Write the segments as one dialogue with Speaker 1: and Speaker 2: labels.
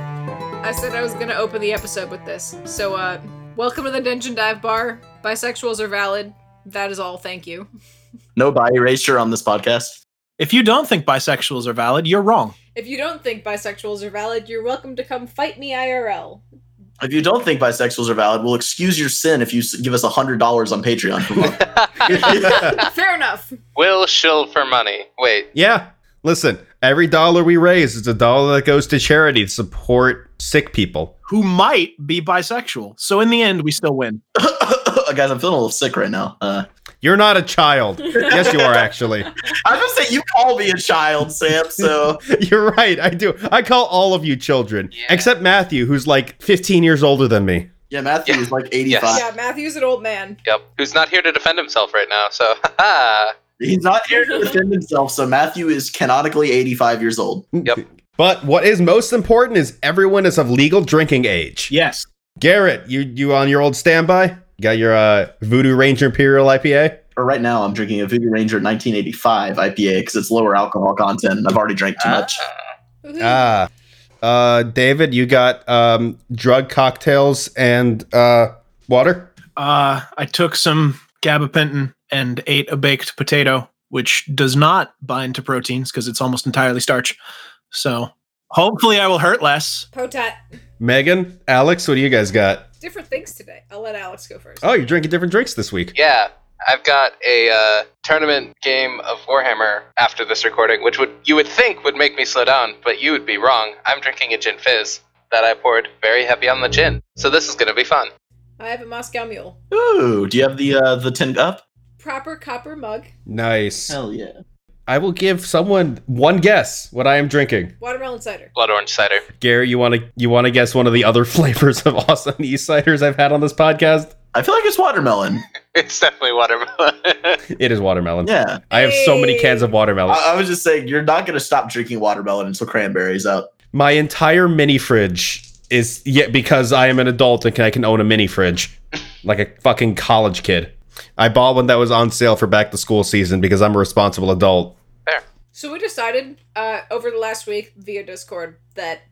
Speaker 1: I said I was gonna open the episode with this. So, uh, welcome to the Dungeon Dive Bar. Bisexuals are valid. That is all. Thank you.
Speaker 2: No bi erasure on this podcast.
Speaker 3: If you don't think bisexuals are valid, you're wrong.
Speaker 1: If you don't think bisexuals are valid, you're welcome to come fight me IRL.
Speaker 2: If you don't think bisexuals are valid, we'll excuse your sin if you s- give us hundred dollars on Patreon. per month.
Speaker 1: Fair enough.
Speaker 4: Will shill for money. Wait,
Speaker 5: Yeah. Listen, every dollar we raise is a dollar that goes to charity to support sick people.
Speaker 3: Who might be bisexual. So in the end, we still win.
Speaker 2: Guys, I'm feeling a little sick right now. Uh,
Speaker 5: You're not a child. yes, you are actually.
Speaker 2: I was gonna say you call me a child, Sam. So
Speaker 5: You're right. I do. I call all of you children,
Speaker 4: Yeah.
Speaker 5: except Matthew, who's like 15 years older than me.
Speaker 2: yeah, Matthew
Speaker 4: Yeah.
Speaker 2: is like 85.
Speaker 1: Yeah, Matthew's an old man.
Speaker 4: yep. Who's not here to defend himself right now? So, haha.
Speaker 2: He's not here to defend himself, so Matthew is canonically 85 years old.
Speaker 4: Yep.
Speaker 5: But what is most important is everyone is of legal drinking age.
Speaker 3: Yes.
Speaker 5: Garrett, you you on your old standby? You got your uh, Voodoo Ranger Imperial IPA?
Speaker 2: Or right now, I'm drinking a Voodoo Ranger 1985 IPA because it's lower alcohol content. and I've already drank too much.
Speaker 4: Uh,
Speaker 1: Woohoo.
Speaker 5: Ah. Uh, David, you got um, drug cocktails and uh, water?
Speaker 3: Uh, I took some gabapentin and ate a baked potato, which does not bind to proteins because it's almost entirely starch. So hopefully, I will hurt less.
Speaker 1: Potat.
Speaker 5: Megan, Alex, what do you guys got?
Speaker 1: Different things today. I'll let Alex go first.
Speaker 5: Oh, you're drinking different drinks this week.
Speaker 4: Yeah, I've got a uh, tournament game of Warhammer after this recording, which would you would think would make me slow down, but you would be wrong. I'm drinking a gin fizz that I poured very heavy on the gin, so this is gonna be fun.
Speaker 1: I have a Moscow Mule.
Speaker 2: Ah. Ooh, do you have the uh, the tin cup?
Speaker 1: Proper copper mug.
Speaker 5: Nice.
Speaker 2: Hell yeah.
Speaker 5: I will give someone one guess what I am drinking.
Speaker 1: Watermelon cider.
Speaker 4: Blood orange cider.
Speaker 5: Gary, you want to you want to guess one of the other flavors of awesome East ciders I've had on this podcast?
Speaker 2: I feel like it's watermelon.
Speaker 4: It's definitely watermelon.
Speaker 5: It is watermelon.
Speaker 2: Yeah.
Speaker 5: I have so many
Speaker 1: Hey.
Speaker 5: cans of watermelon.
Speaker 2: I, I was just saying, you're not going to stop drinking watermelon until cranberry's out.
Speaker 5: My entire mini fridge is yeah because I am an adult and I can own a mini fridge, like a fucking college kid. I bought one that was on sale for back to school season because I'm a responsible adult.
Speaker 1: So we decided uh, over the last week via Discord that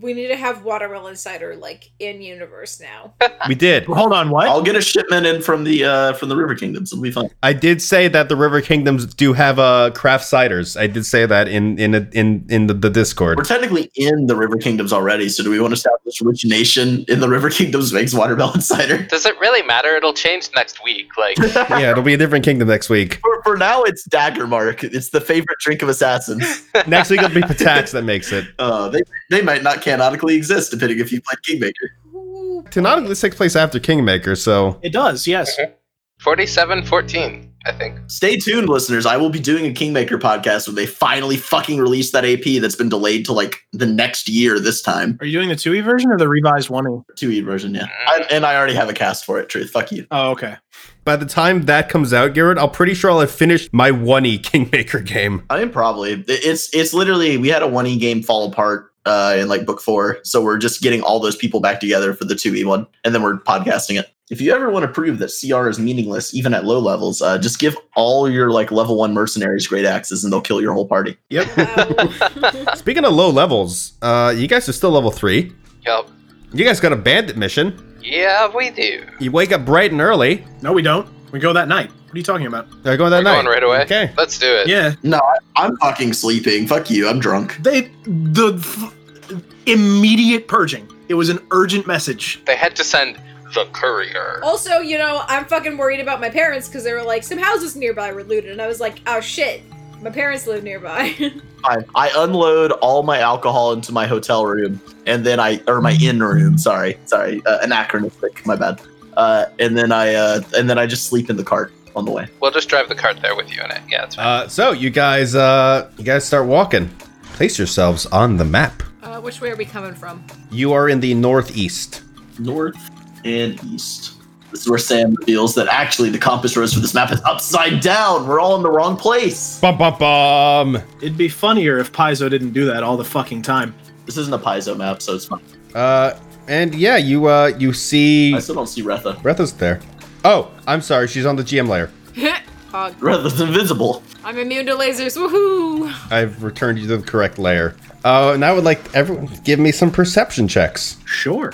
Speaker 1: we need to have watermelon cider like in universe now.
Speaker 5: We did.
Speaker 3: Hold on, what?
Speaker 2: I'll get a shipment in from the uh, from the River Kingdoms. It'll be fine.
Speaker 5: I did say that the River Kingdoms do have uh craft ciders. I did say that in in a, in in the, the Discord.
Speaker 2: We're technically in the River Kingdoms already, so do we want to establish which nation in the River Kingdoms makes watermelon cider?
Speaker 4: Does it really matter? It'll change next week. Like,
Speaker 5: yeah, it'll be a different kingdom next week.
Speaker 2: For, for now, it's Dagger Mark. It's the favorite drink of assassins.
Speaker 5: Next week it'll be Patax that makes it.
Speaker 2: Uh, they, they might not canonically exist, depending if you played Kingmaker.
Speaker 1: Ooh,
Speaker 5: Canonically takes place after Kingmaker, so
Speaker 3: It does, yes.
Speaker 4: forty-seven, fourteen. I think.
Speaker 2: Stay tuned, listeners. I will be doing a Kingmaker podcast when they finally fucking release that AP that's been delayed to like the next year this time.
Speaker 3: Are you doing the 2E version or the revised E? 1E?
Speaker 2: 2E E version, yeah. I, and I already have a cast for it, truth. Fuck you.
Speaker 3: Oh, okay.
Speaker 5: by the time that comes out, Garrett, I'm pretty sure I'll have finished my 1E Kingmaker game.
Speaker 2: I mean, probably. It's it's literally we had a one e game fall apart uh, in like book four, so we're just getting all those people back together for the two e one, and then we're podcasting it. If you ever want to prove that CR is meaningless, even at low levels, uh, just give all your like level one mercenaries great axes, and they'll kill your whole party.
Speaker 1: wow.
Speaker 5: Speaking of low levels, uh, you guys are still level three.
Speaker 4: Yep.
Speaker 5: You guys got a bandit mission.
Speaker 4: Yeah, we do.
Speaker 5: You wake up bright and early.
Speaker 3: No, we don't. We go that night. What are you talking about?
Speaker 5: They're going that
Speaker 4: We're
Speaker 5: night.
Speaker 4: going right away.
Speaker 5: Okay.
Speaker 4: Let's do it.
Speaker 3: Yeah.
Speaker 2: I'm fucking sleeping. Fuck you. I'm drunk.
Speaker 3: They, the f- immediate purging. It was an urgent message.
Speaker 4: They had to send the courier.
Speaker 1: also, you know, I'm fucking worried about my parents because they were like, some houses nearby were looted, and I was like, oh shit, my parents live nearby.
Speaker 2: I, I unload all my alcohol into my hotel room, and then I or my inn room. Sorry, sorry, uh, anachronistic. My bad. Uh, and then I uh, and then I just sleep in the cart on the way.
Speaker 4: We'll just drive the cart there with you in it. Yeah, it's fine.
Speaker 5: Uh, so you guys, uh, you guys start walking. Place yourselves on the map.
Speaker 1: uh, which way are we coming from?
Speaker 5: You are in the northeast.
Speaker 2: north and east. This is where Sam reveals that actually the compass rose for this map is upside down. We're all in the wrong place.
Speaker 5: Bum bum bum.
Speaker 3: It'd be funnier if Paizo didn't do that all the fucking time.
Speaker 2: This isn't a piezo map, so it's fine.
Speaker 5: Uh, and yeah, you uh, you see
Speaker 2: I still don't see Retha.
Speaker 5: Retha's there. Oh, I'm sorry, she's on the GM layer.
Speaker 1: Hog.
Speaker 2: Rather than visible.
Speaker 1: I'm immune to lasers. Woohoo!
Speaker 5: I've returned you to the correct layer. Oh, and I would like everyone to give me some perception checks.
Speaker 3: Sure.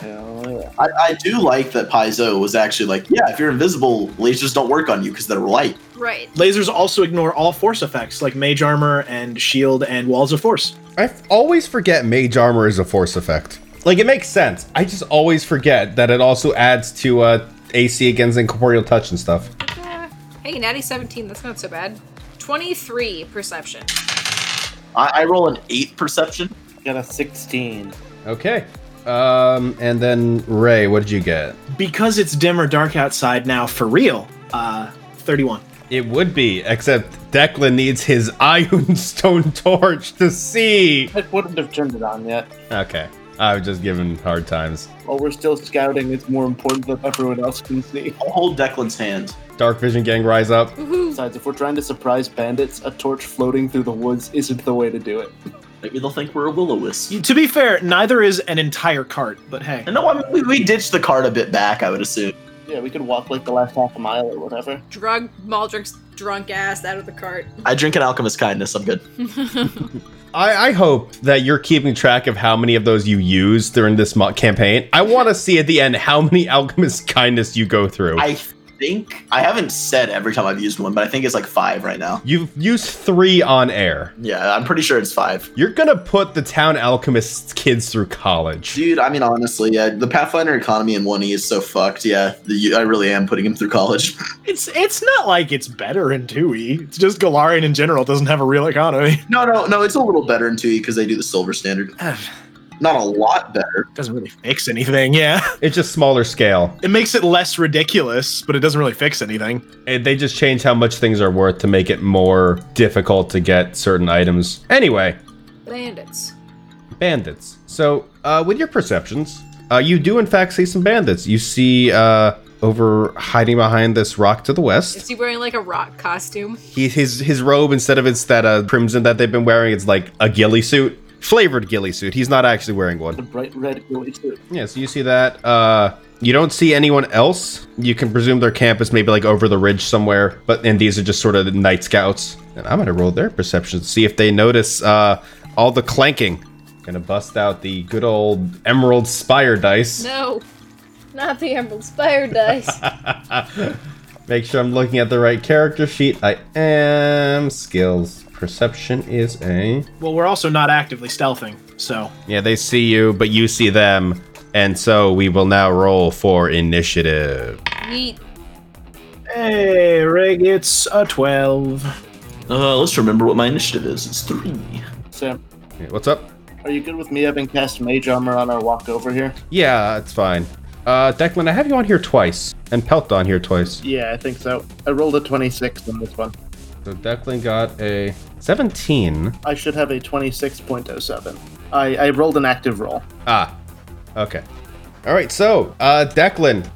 Speaker 2: I, I do like that Paizo was actually like, yeah, if you're invisible, lasers don't work on you because they're light.
Speaker 1: Right.
Speaker 3: Lasers also ignore all force effects like mage armor and shield and walls of force.
Speaker 5: I f- always forget mage armor is a force effect. Like it makes sense. I just always forget that it also adds to uh, AC against incorporeal touch and stuff.
Speaker 1: Uh, hey, Natty 17, that's not so bad. 23 perception.
Speaker 2: I, I roll an eight perception.
Speaker 6: Got a 16.
Speaker 5: Okay. Um, and then Ray, what did you get?
Speaker 3: Because it's dim or dark outside now for real, uh, 31.
Speaker 5: It would be, except Declan needs his ironstone torch to see.
Speaker 6: I wouldn't have turned it on yet.
Speaker 5: Okay. I was just giving hard times.
Speaker 6: While we're still scouting, it's more important that everyone else can see.
Speaker 2: I'll hold Declan's hand.
Speaker 5: Dark Vision Gang rise up.
Speaker 1: Woohoo!
Speaker 6: Besides, if we're trying to surprise bandits, a torch floating through the woods isn't the way to do it.
Speaker 2: Maybe they'll think we're a will o wisp.
Speaker 3: To be fair, neither is an entire cart, but hey.
Speaker 2: No, I mean, we, we ditched the card a bit back, I would assume.
Speaker 6: Yeah, we could walk like the last half a mile or whatever.
Speaker 1: Drug Maldrick's drunk ass out of the cart.
Speaker 2: I drink an alchemist kindness. I'm good.
Speaker 5: I, I hope that you're keeping track of how many of those you use during this mo- campaign. I want to see at the end how many alchemist kindness you go through.
Speaker 2: I think I haven't said every time I've used one, but I think it's like five right now.
Speaker 5: You've used three on air.
Speaker 2: Yeah, I'm pretty sure it's five.
Speaker 5: You're gonna put the town alchemist kids through college.
Speaker 2: Dude, I mean, honestly, yeah, the Pathfinder economy in 1E is so fucked. Yeah, the, I really am putting him through college.
Speaker 3: It's it's not like it's better in 2E. It's just Galarian in general doesn't have a real economy.
Speaker 2: No, no, no, it's a little better in 2E because they do the silver standard. Not a lot better.
Speaker 3: doesn't really fix anything, yeah.
Speaker 5: It's just smaller scale.
Speaker 3: It makes it less ridiculous, but it doesn't really fix anything.
Speaker 5: And they just change how much things are worth to make it more difficult to get certain items. Anyway,
Speaker 1: Bandits.
Speaker 5: bandits. So, uh, with your perceptions, uh, you do in fact see some bandits. You see uh, over hiding behind this rock to the
Speaker 1: Is
Speaker 5: west.
Speaker 1: he wearing like a rock costume?
Speaker 5: He, his his robe instead of it's that uh, crimson that they've been wearing, it's like a ghillie suit, flavored ghillie suit. He's not actually wearing one.
Speaker 6: The bright red glowy suit.
Speaker 5: Yeah, so you see that. Uh, you don't see anyone else. You can presume their camp is maybe like over the ridge somewhere, but and these are just sort of the night scouts. And I'm gonna roll their perception to see if they notice uh, all the clanking. Gonna bust out the good old emerald spire dice.
Speaker 1: No. Not the Emerald Spire dice.
Speaker 5: Make sure I'm looking at the right character sheet. I am skills. Perception is a
Speaker 3: Well, we're also not actively stealthing, so
Speaker 5: yeah. They see you, but you see them, and so we will now roll for initiative.
Speaker 1: Neat.
Speaker 3: Hey, Rig, it's a 12.
Speaker 2: Uh, let's remember what my initiative is. It's three. E.
Speaker 6: Sam,
Speaker 5: Yeah, What's up?
Speaker 6: are you good with me having cast Mage Armor on our walk over here?
Speaker 5: Yeah, it's fine. Uh, Declan, I have you on here twice, and Pelt on here twice.
Speaker 6: Yeah, I think so. I rolled a 26 on this one.
Speaker 5: So Declan got a 17.
Speaker 6: I should have a 26.07. I, I rolled an active roll.
Speaker 5: Ah, okay. All right, so uh, Declan,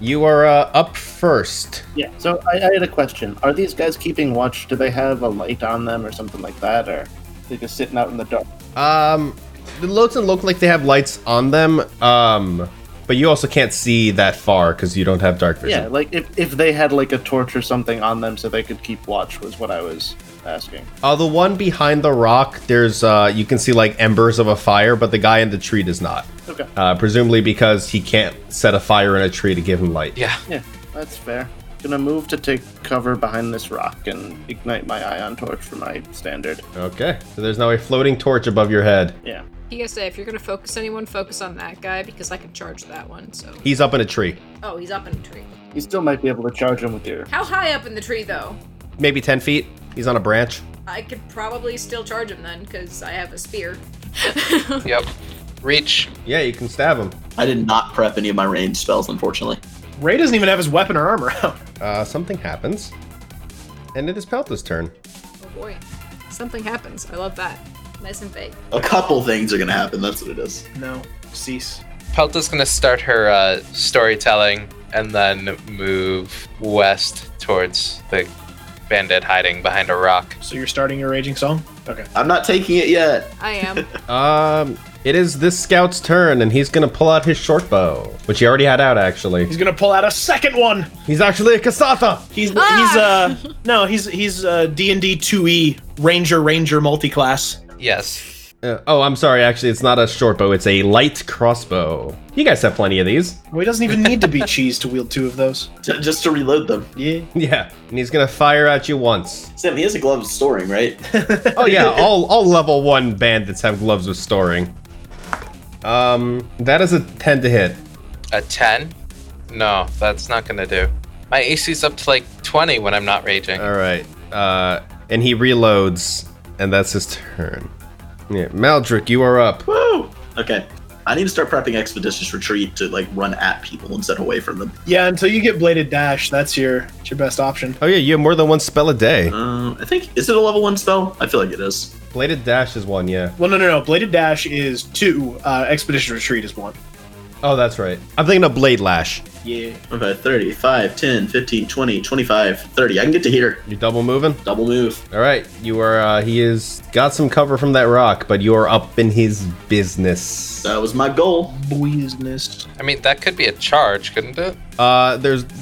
Speaker 5: you are uh, up first.
Speaker 6: Yeah, so I, I had a question. Are these guys keeping watch? Do they have a light on them or something like that? Or they just sitting out in the dark?
Speaker 5: Um, the loads look like they have lights on them. Um, but you also can't see that far because you don't have dark
Speaker 6: Yeah,
Speaker 5: vision.
Speaker 6: like if, if they had like a torch or something on them so they could keep watch, was what I was asking.
Speaker 5: Uh, the one behind the rock, there's uh, you can see like embers of a fire, but the guy in the tree does not.
Speaker 6: Okay,
Speaker 5: Uh, presumably because he can't set a fire in a tree to give him light.
Speaker 4: Yeah.
Speaker 6: yeah, that's fair. Gonna move to take cover behind this rock and ignite my ion torch for my standard.
Speaker 5: Okay, so there's now a floating torch above your head.
Speaker 6: Yeah.
Speaker 1: PSA, if you're gonna focus anyone, focus on that guy because I can charge that one, so.
Speaker 5: He's up in a tree,
Speaker 1: Oh, he's up in a tree.
Speaker 6: You still might be able to charge him with your.
Speaker 1: How high up in the tree though?
Speaker 5: maybe 10 feet. He's on a branch.
Speaker 1: I could probably still charge him then, because I have a spear.
Speaker 7: Oh,
Speaker 4: Yep. Reach.
Speaker 5: Yeah, you can stab him.
Speaker 2: I did not prep any of my range spells, unfortunately.
Speaker 3: Ray doesn't even have his weapon or armor out.
Speaker 5: Uh, something happens. And it is Pelta's turn.
Speaker 1: Oh boy. Something happens. I love that. Nice and vague.
Speaker 2: A couple things are gonna happen. That's what it is.
Speaker 3: No, cease.
Speaker 4: Pelta's gonna start her uh, storytelling and then move west towards the bandit hiding behind a rock.
Speaker 3: So you're starting your raging song? Okay.
Speaker 2: I'm not taking it yet.
Speaker 1: I am.
Speaker 5: Um, It is this scout's turn, and he's gonna pull out his short bow, which he already had out actually.
Speaker 3: He's gonna pull out a second one.
Speaker 5: He's actually a Kasatha.
Speaker 3: He's he's uh no he's he's uh D and D two E Ranger Ranger multi-class.
Speaker 4: Yes.
Speaker 5: Uh, oh, I'm sorry. Actually, it's not a short bow. It's a light crossbow. You guys have plenty of these.
Speaker 3: Well, he doesn't even need to be cheese to wield two of those.
Speaker 2: J- just to reload them.
Speaker 3: Yeah.
Speaker 5: Yeah, and he's gonna fire at you once.
Speaker 2: Sam, he has a glove of storing, right?
Speaker 5: Oh yeah, all all level one bandits have gloves with storing. Um, that is a ten to hit.
Speaker 4: A 10? No, that's not going to do. My AC's up to like 20 when I'm not raging.
Speaker 5: All right. Uh, and he reloads, and that's his turn. Yeah, Maldrick, you are up.
Speaker 2: Woo! Okay. I need to start prepping Expeditious Retreat to like run at people instead of away from them.
Speaker 3: Yeah. Until you get bladed dash, that's your it's your best option.
Speaker 5: Oh yeah, you have more than one spell a day.
Speaker 2: Um, I think is it a level one spell? I feel like it is.
Speaker 5: Bladed dash is one, yeah.
Speaker 3: Well, no, no, no. Bladed dash is two. Uh, Expedition retreat is one.
Speaker 5: Oh, that's right. I'm thinking of blade lash.
Speaker 3: Yeah.
Speaker 2: Okay, 30, 5, 10, 15, 20, 25, 30. I can get to here.
Speaker 5: You double moving.
Speaker 2: Double move.
Speaker 5: All right, you are. Uh, he is got some cover from that rock, but you are up in his business.
Speaker 2: That was my goal.
Speaker 3: Business.
Speaker 4: I mean, that could be a charge, couldn't it?
Speaker 5: Uh, there's. Uh,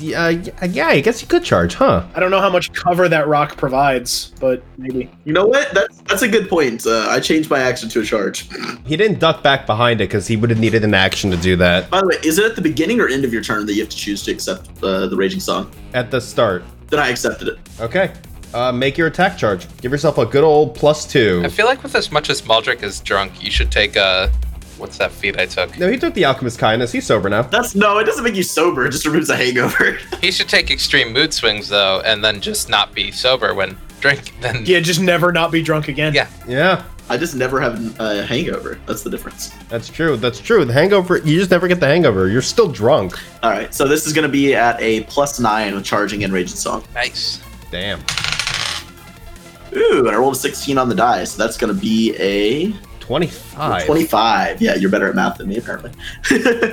Speaker 5: yeah, I guess you could charge, huh?
Speaker 3: I don't know how much cover that rock provides, but maybe.
Speaker 2: You know what? That's that's a good point. Uh, I changed my action to a charge.
Speaker 5: He didn't duck back behind it because he would have needed an action to do that
Speaker 2: By the way, is it at the beginning or end of your turn that you have to choose to accept uh, the Raging Song?
Speaker 5: at the start.
Speaker 2: Then I accepted it.
Speaker 5: Okay. Uh, make your attack charge. Give yourself a good old plus two.
Speaker 4: I feel like with as much as Maldrick is drunk, you should take a. What's that feat I took?
Speaker 5: No, he took the alchemist kindness. He's sober now.
Speaker 2: That's no, it doesn't make you sober. It just removes a hangover.
Speaker 4: He should take extreme mood swings, though, and then just not be sober when drink. Then
Speaker 3: Yeah. Just never not be drunk again.
Speaker 4: Yeah.
Speaker 5: Yeah,
Speaker 2: I just never have a hangover. That's the difference.
Speaker 5: that's true. That's true. The hangover. You just never get the hangover. You're still drunk.
Speaker 2: All right, so this is going to be at a plus nine with charging and Raging Song.
Speaker 4: Nice.
Speaker 5: Damn.
Speaker 2: Ooh, and I rolled a 16 on the die, so that's going to be a
Speaker 5: Twenty-five.
Speaker 2: 25. Yeah, you're better at math than me, apparently.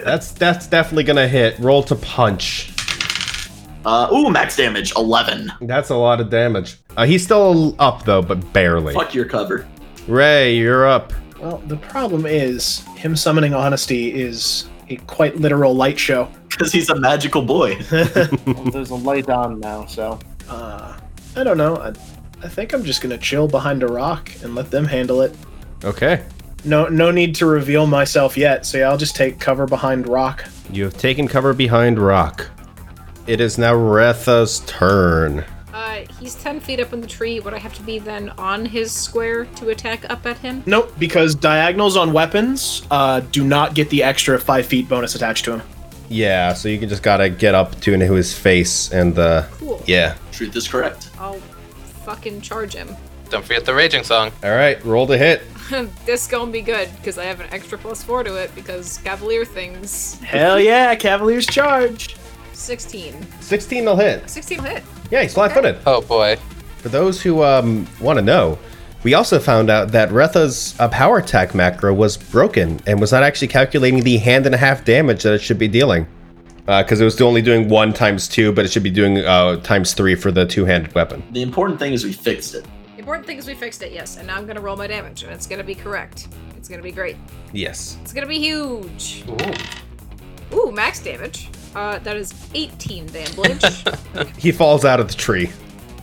Speaker 5: That's that's definitely gonna hit. Roll to punch.
Speaker 2: uh, ooh, max damage, 11.
Speaker 5: That's a lot of damage. Uh, he's still up though, but barely.
Speaker 2: Fuck your cover.
Speaker 5: Ray, you're up.
Speaker 3: Well, the problem is him summoning honesty is a quite literal light show.
Speaker 2: Because he's a magical boy.
Speaker 6: Well, there's a light on now, so
Speaker 3: Uh, I don't know. I, I think I'm just gonna chill behind a rock and let them handle it.
Speaker 5: Okay.
Speaker 3: No, no need to reveal myself yet. So yeah, I'll just take cover behind rock.
Speaker 5: You have taken cover behind rock. It is now Retha's turn.
Speaker 7: Uh, he's 10 feet up in the tree. Would I have to be then on his square to attack up at him?
Speaker 3: Nope, because diagonals on weapons uh, do not get the extra five feet bonus attached to him.
Speaker 5: Yeah, so you can just gotta get up to into his face and uh
Speaker 7: Cool.
Speaker 5: yeah.
Speaker 2: Truth is correct.
Speaker 7: I'll fucking charge him.
Speaker 4: Don't forget the raging song.
Speaker 5: All right, roll to hit.
Speaker 7: this gonna be good because I have an extra plus four to it because Cavalier things.
Speaker 3: Hell yeah, Cavaliers charge.
Speaker 7: 16.
Speaker 5: 16 will hit.
Speaker 7: 16 will hit.
Speaker 5: Yeah, he's flat-footed.
Speaker 4: Oh boy.
Speaker 5: For those who um, want to know, we also found out that Retha's uh, power attack macro was broken and was not actually calculating the hand and a half damage that it should be dealing. Because it was only doing one times two, but it should be doing uh, times three for the two handed weapon.
Speaker 2: The important thing is we fixed it.
Speaker 7: The important thing is we fixed it, yes. And now I'm gonna roll my damage and it's gonna be correct. It's gonna be great.
Speaker 5: Yes.
Speaker 7: It's gonna be huge. Ooh. Ooh, max damage. Uh, that is 18 damage.
Speaker 5: He falls out of the tree.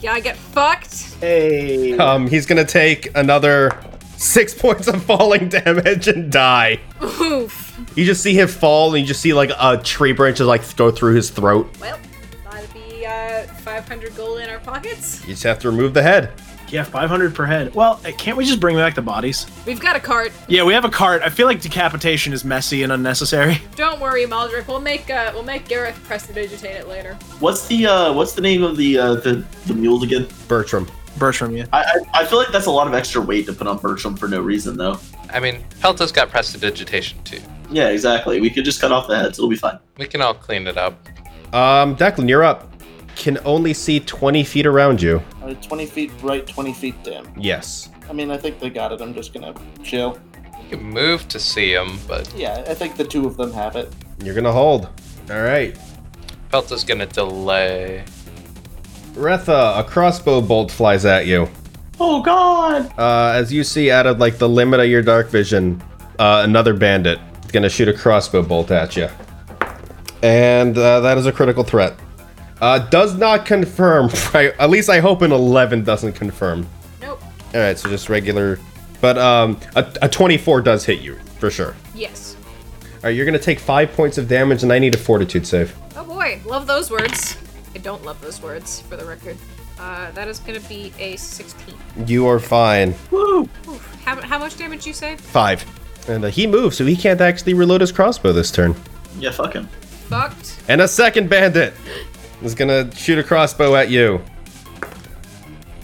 Speaker 7: yeah, I get fucked.
Speaker 3: Hey.
Speaker 5: Um, he's going to take another six points of falling damage and die.
Speaker 7: Oof.
Speaker 5: You just see him fall, and you just see like a tree branch just, like go through his throat.
Speaker 7: Well, that'll be uh, 500 gold in our pockets.
Speaker 5: You just have to remove the head.
Speaker 3: Yeah, 500 per head. Well, uh, can't we just bring back the bodies?
Speaker 7: We've got a cart.
Speaker 3: Yeah, we have a cart. I feel like decapitation is messy and unnecessary.
Speaker 7: Don't worry, Maldrick. We'll make uh, we'll make Gareth press to digitate it later.
Speaker 2: What's the uh, what's the name of the uh, the, the mule again?
Speaker 5: Bertram.
Speaker 3: Bertram, yeah.
Speaker 2: I, I I feel like that's a lot of extra weight to put on Bertram for no reason though.
Speaker 4: I mean, Pelta's got prestidigitation too.
Speaker 2: Yeah, exactly. We could just cut off the heads. It'll be fine.
Speaker 4: We can all clean it up.
Speaker 5: Um, Declan, you're up. Can only see 20 feet around you.
Speaker 6: uh, 20 feet right, 20 feet dim.
Speaker 5: Yes.
Speaker 6: I mean, I think they got it. I'm just gonna chill.
Speaker 4: You can move to see him, but
Speaker 6: Yeah, I think the two of them have it.
Speaker 5: You're gonna hold. All right.
Speaker 4: Pelta's gonna delay.
Speaker 5: Retha, a crossbow bolt flies at you.
Speaker 2: Oh God!
Speaker 5: Uh, as you see out of like the limit of your dark vision, uh, another bandit. It's gonna shoot a crossbow bolt at you, and uh, that is a critical threat. Uh, does not confirm. I, at least I hope an eleven doesn't confirm.
Speaker 7: Nope.
Speaker 5: All right, so just regular, but um, a, a twenty-four does hit you for sure.
Speaker 7: Yes.
Speaker 5: All right, you're gonna take five points of damage, and I need a fortitude save.
Speaker 7: Oh boy, love those words. I don't love those words, for the record. Uh, that is gonna be a 16.
Speaker 5: You are fine.
Speaker 7: Oof. How, how much damage you say?
Speaker 5: Five, and uh, he moves, so he can't actually reload his crossbow this turn.
Speaker 2: Yeah, fuck him.
Speaker 7: Fucked.
Speaker 5: And a second bandit is gonna shoot a crossbow at you.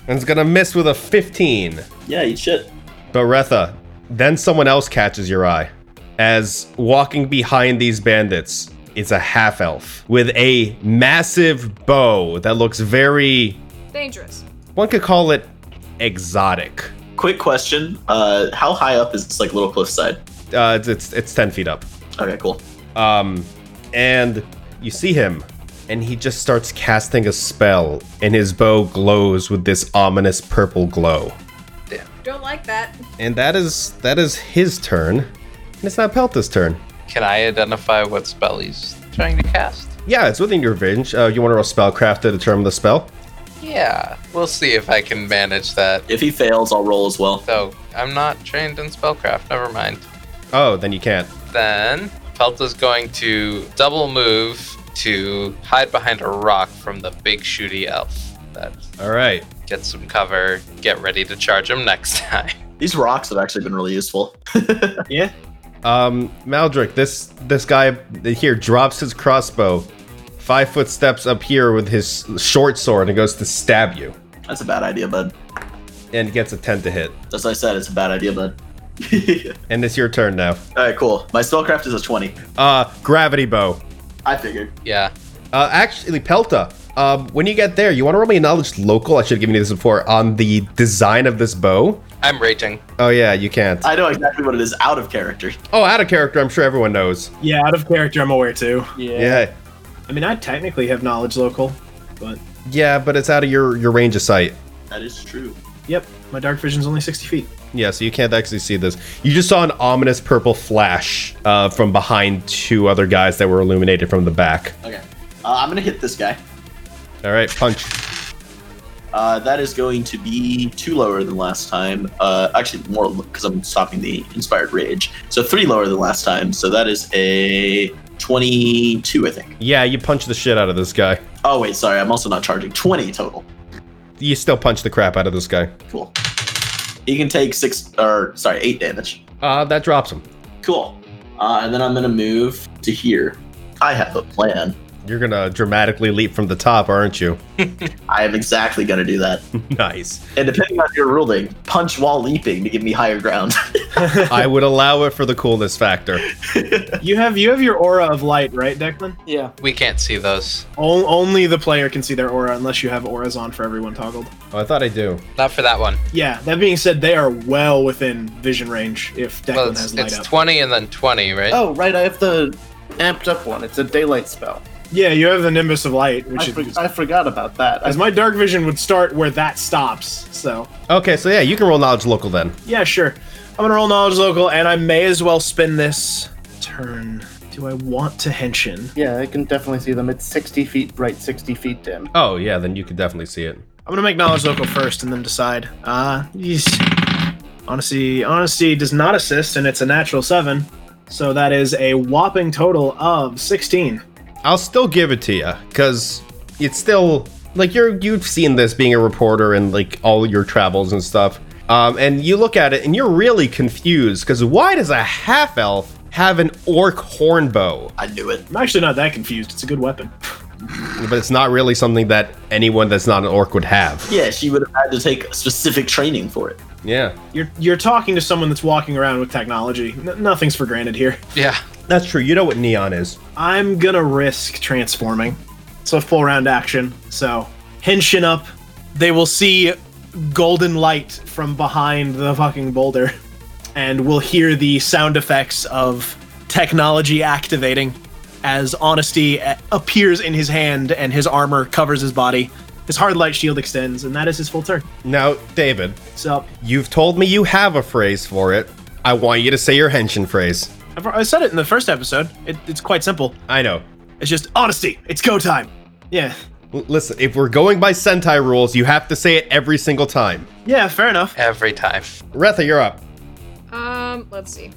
Speaker 5: And it's gonna miss with a 15.
Speaker 2: Yeah, eat shit.
Speaker 5: Baretha, then someone else catches your eye. As walking behind these bandits is a half elf with a massive bow that looks very,
Speaker 7: Dangerous.
Speaker 5: one could call it exotic.
Speaker 2: Quick question: uh, How high up is this like little cliffside?
Speaker 5: Uh, it's, it's, it's 10 feet up.
Speaker 2: Okay, cool.
Speaker 5: Um, and you see him, and he just starts casting a spell, and his bow glows with this ominous purple glow.
Speaker 7: Don't like that.
Speaker 5: And that is that is his turn, and it's not Pelta's turn.
Speaker 4: Can I identify what spell he's trying to cast?
Speaker 5: Yeah, it's within your range. Uh, you want to roll spellcraft to determine the spell.
Speaker 4: Yeah, we'll see if I can manage that.
Speaker 2: If he fails, I'll roll as well.
Speaker 4: So I'm not trained in spellcraft. Never mind.
Speaker 5: Oh, then you can't.
Speaker 4: Then Pelta's going to double move to hide behind a rock from the big shooty elf. That
Speaker 5: All right.
Speaker 4: gets some cover. Get ready to charge him next time.
Speaker 2: These rocks have actually been really useful.
Speaker 5: Um, Maldrick, this this guy here drops his crossbow, five foot steps up here with his short sword and goes to stab you,
Speaker 2: That's a bad idea, bud.
Speaker 5: and gets a ten to hit.
Speaker 2: As I said, it's a bad idea, bud.
Speaker 5: And it's your turn now.
Speaker 2: All right, cool. My spellcraft is a twenty.
Speaker 5: Uh, gravity bow.
Speaker 2: I figured.
Speaker 4: Yeah.
Speaker 5: Uh, actually, Pelta. Um, when you get there, you want to roll me a knowledge local. I should have given you this before on the design of this bow.
Speaker 4: I'm raging.
Speaker 5: Oh yeah, you can't.
Speaker 2: I know exactly what it is out of character.
Speaker 5: Oh, out of character. I'm sure everyone knows.
Speaker 3: Yeah, out of character, I'm aware too.
Speaker 5: Yeah,
Speaker 8: Yeah.
Speaker 5: yeah,
Speaker 3: I mean, I technically have knowledge local, but
Speaker 5: but it's out of your your range of sight.
Speaker 2: That is true.
Speaker 3: yep, my dark vision's only 60 feet.
Speaker 5: Yeah, so you can't actually see this. You just saw an ominous purple flash uh, from behind two other guys that were illuminated from the back.
Speaker 2: Okay, uh, I'm gonna hit this guy.
Speaker 5: All right, punch.
Speaker 2: Uh, that is going to be two lower than last time. Uh, actually, more because I'm stopping the inspired rage. So three lower than last time. So that is a 22, I think.
Speaker 5: Yeah, you punch the shit out of this guy.
Speaker 2: Oh wait, sorry. I'm also not charging. 20 total.
Speaker 5: You still punch the crap out of this guy.
Speaker 2: Cool. He can take six or sorry, eight damage.
Speaker 5: Uh, that drops him.
Speaker 2: Cool. Uh, and then I'm gonna move to here. I have a plan.
Speaker 5: You're gonna dramatically leap from the top, aren't you?
Speaker 2: I am exactly gonna do that.
Speaker 5: nice.
Speaker 2: And depending on your ruling, punch while leaping to give me higher ground.
Speaker 5: I would allow it for the coolness factor.
Speaker 3: You have you have your aura of light, right, Declan?
Speaker 8: Yeah.
Speaker 4: We can't see those.
Speaker 3: O- only the player can see their aura unless you have auras on for everyone toggled.
Speaker 5: Oh, I thought I do.
Speaker 4: Not for that one.
Speaker 3: Yeah, that being said, they are well within vision range if Declan
Speaker 4: Well, it's,
Speaker 3: has light
Speaker 4: it's
Speaker 3: up.
Speaker 4: 20 and then 20, right?
Speaker 6: Oh, right. I have the amped up one. It's a daylight spell.
Speaker 3: yeah, you have the Nimbus of Light, which
Speaker 6: I,
Speaker 3: is.
Speaker 6: for- I forgot about that.
Speaker 3: as
Speaker 6: I,
Speaker 3: my dark vision would start where that stops, so.
Speaker 5: Okay, so yeah, you can roll knowledge local then.
Speaker 3: Yeah, sure. I'm gonna roll knowledge local, and I may as well spin this turn. Do I want to henshin?
Speaker 6: yeah, I can definitely see them. It's 60 feet bright, 60 feet dim.
Speaker 5: Oh yeah, then you can definitely see it.
Speaker 3: I'm gonna make knowledge local first, and then decide. Uh, yeesh. honesty, honesty does not assist, and it's a natural seven, so that is a whopping total of 16.
Speaker 5: I'll still give it to you because it's still like you're you've seen this being a reporter and like all your travels and stuff. Um, and you look at it and you're really confused because why does a half elf have an orc horn bow?
Speaker 2: I knew it.
Speaker 3: I'm actually not that confused. It's a good weapon.
Speaker 5: But it's not really something that anyone that's not an orc would have.
Speaker 2: Yeah, she would have had to take specific training for it.
Speaker 5: Yeah,
Speaker 3: You're you're talking to someone that's walking around with technology. N- nothing's for granted here.
Speaker 4: Yeah.
Speaker 5: that's true. You know what neon is.
Speaker 3: I'm gonna risk transforming. It's a full round action, so henshin up. They will see golden light from behind the fucking boulder, and will hear the sound effects of technology activating as honesty a- appears in his hand and his armor covers his body. His hard light shield extends, and that is his full turn.
Speaker 5: Now, David,
Speaker 3: So
Speaker 5: You've told me you have a phrase for it. I want you to say your henshin phrase.
Speaker 3: I've- I said it in the first episode. It, it's quite simple.
Speaker 5: I know.
Speaker 3: It's just honesty. It's go time. Yeah.
Speaker 5: L- listen, if we're going by Sentai rules, you have to say it every single time.
Speaker 3: Yeah, fair enough.
Speaker 4: Every time.
Speaker 5: Retha, you're up.
Speaker 7: Um, let's see.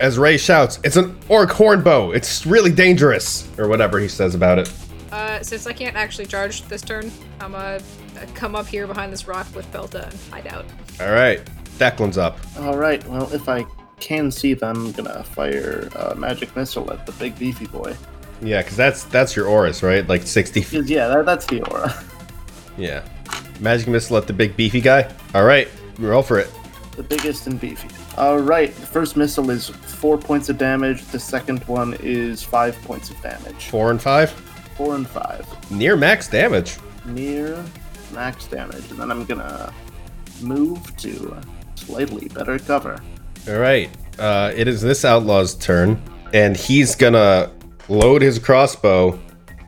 Speaker 5: As Ray shouts, "It's an orc horn bow. It's really dangerous," or whatever he says about it.
Speaker 7: Uh, since I can't actually charge this turn, I'm gonna uh, come up here behind this rock with Belta and hide out.
Speaker 5: All right, Declan's up.
Speaker 6: All right. Well, if I can see them, I'm gonna fire a magic missile at the big beefy boy.
Speaker 5: Yeah, because that's that's your Oris, right? Like sixty. feet.
Speaker 6: 'Cause, yeah, that, that's the aura.
Speaker 5: Yeah. Magic missile at the big beefy guy. All right, roll for it.
Speaker 6: The biggest and beefy. All right. The first missile is four points of damage. The second one is five points of damage.
Speaker 5: Four and five,
Speaker 6: Four and five.
Speaker 5: near max damage.
Speaker 6: Near max damage. And then I'm gonna move to slightly better cover.
Speaker 5: All right. Uh, it is this outlaw's turn, and he's gonna load his crossbow,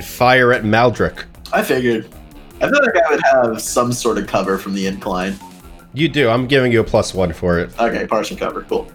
Speaker 5: fire at Maldrick.
Speaker 2: I figured. I feel like I would have some sort of cover from the incline.
Speaker 5: You do. I'm giving you a plus one for it.
Speaker 2: Okay, partial cover. Cool.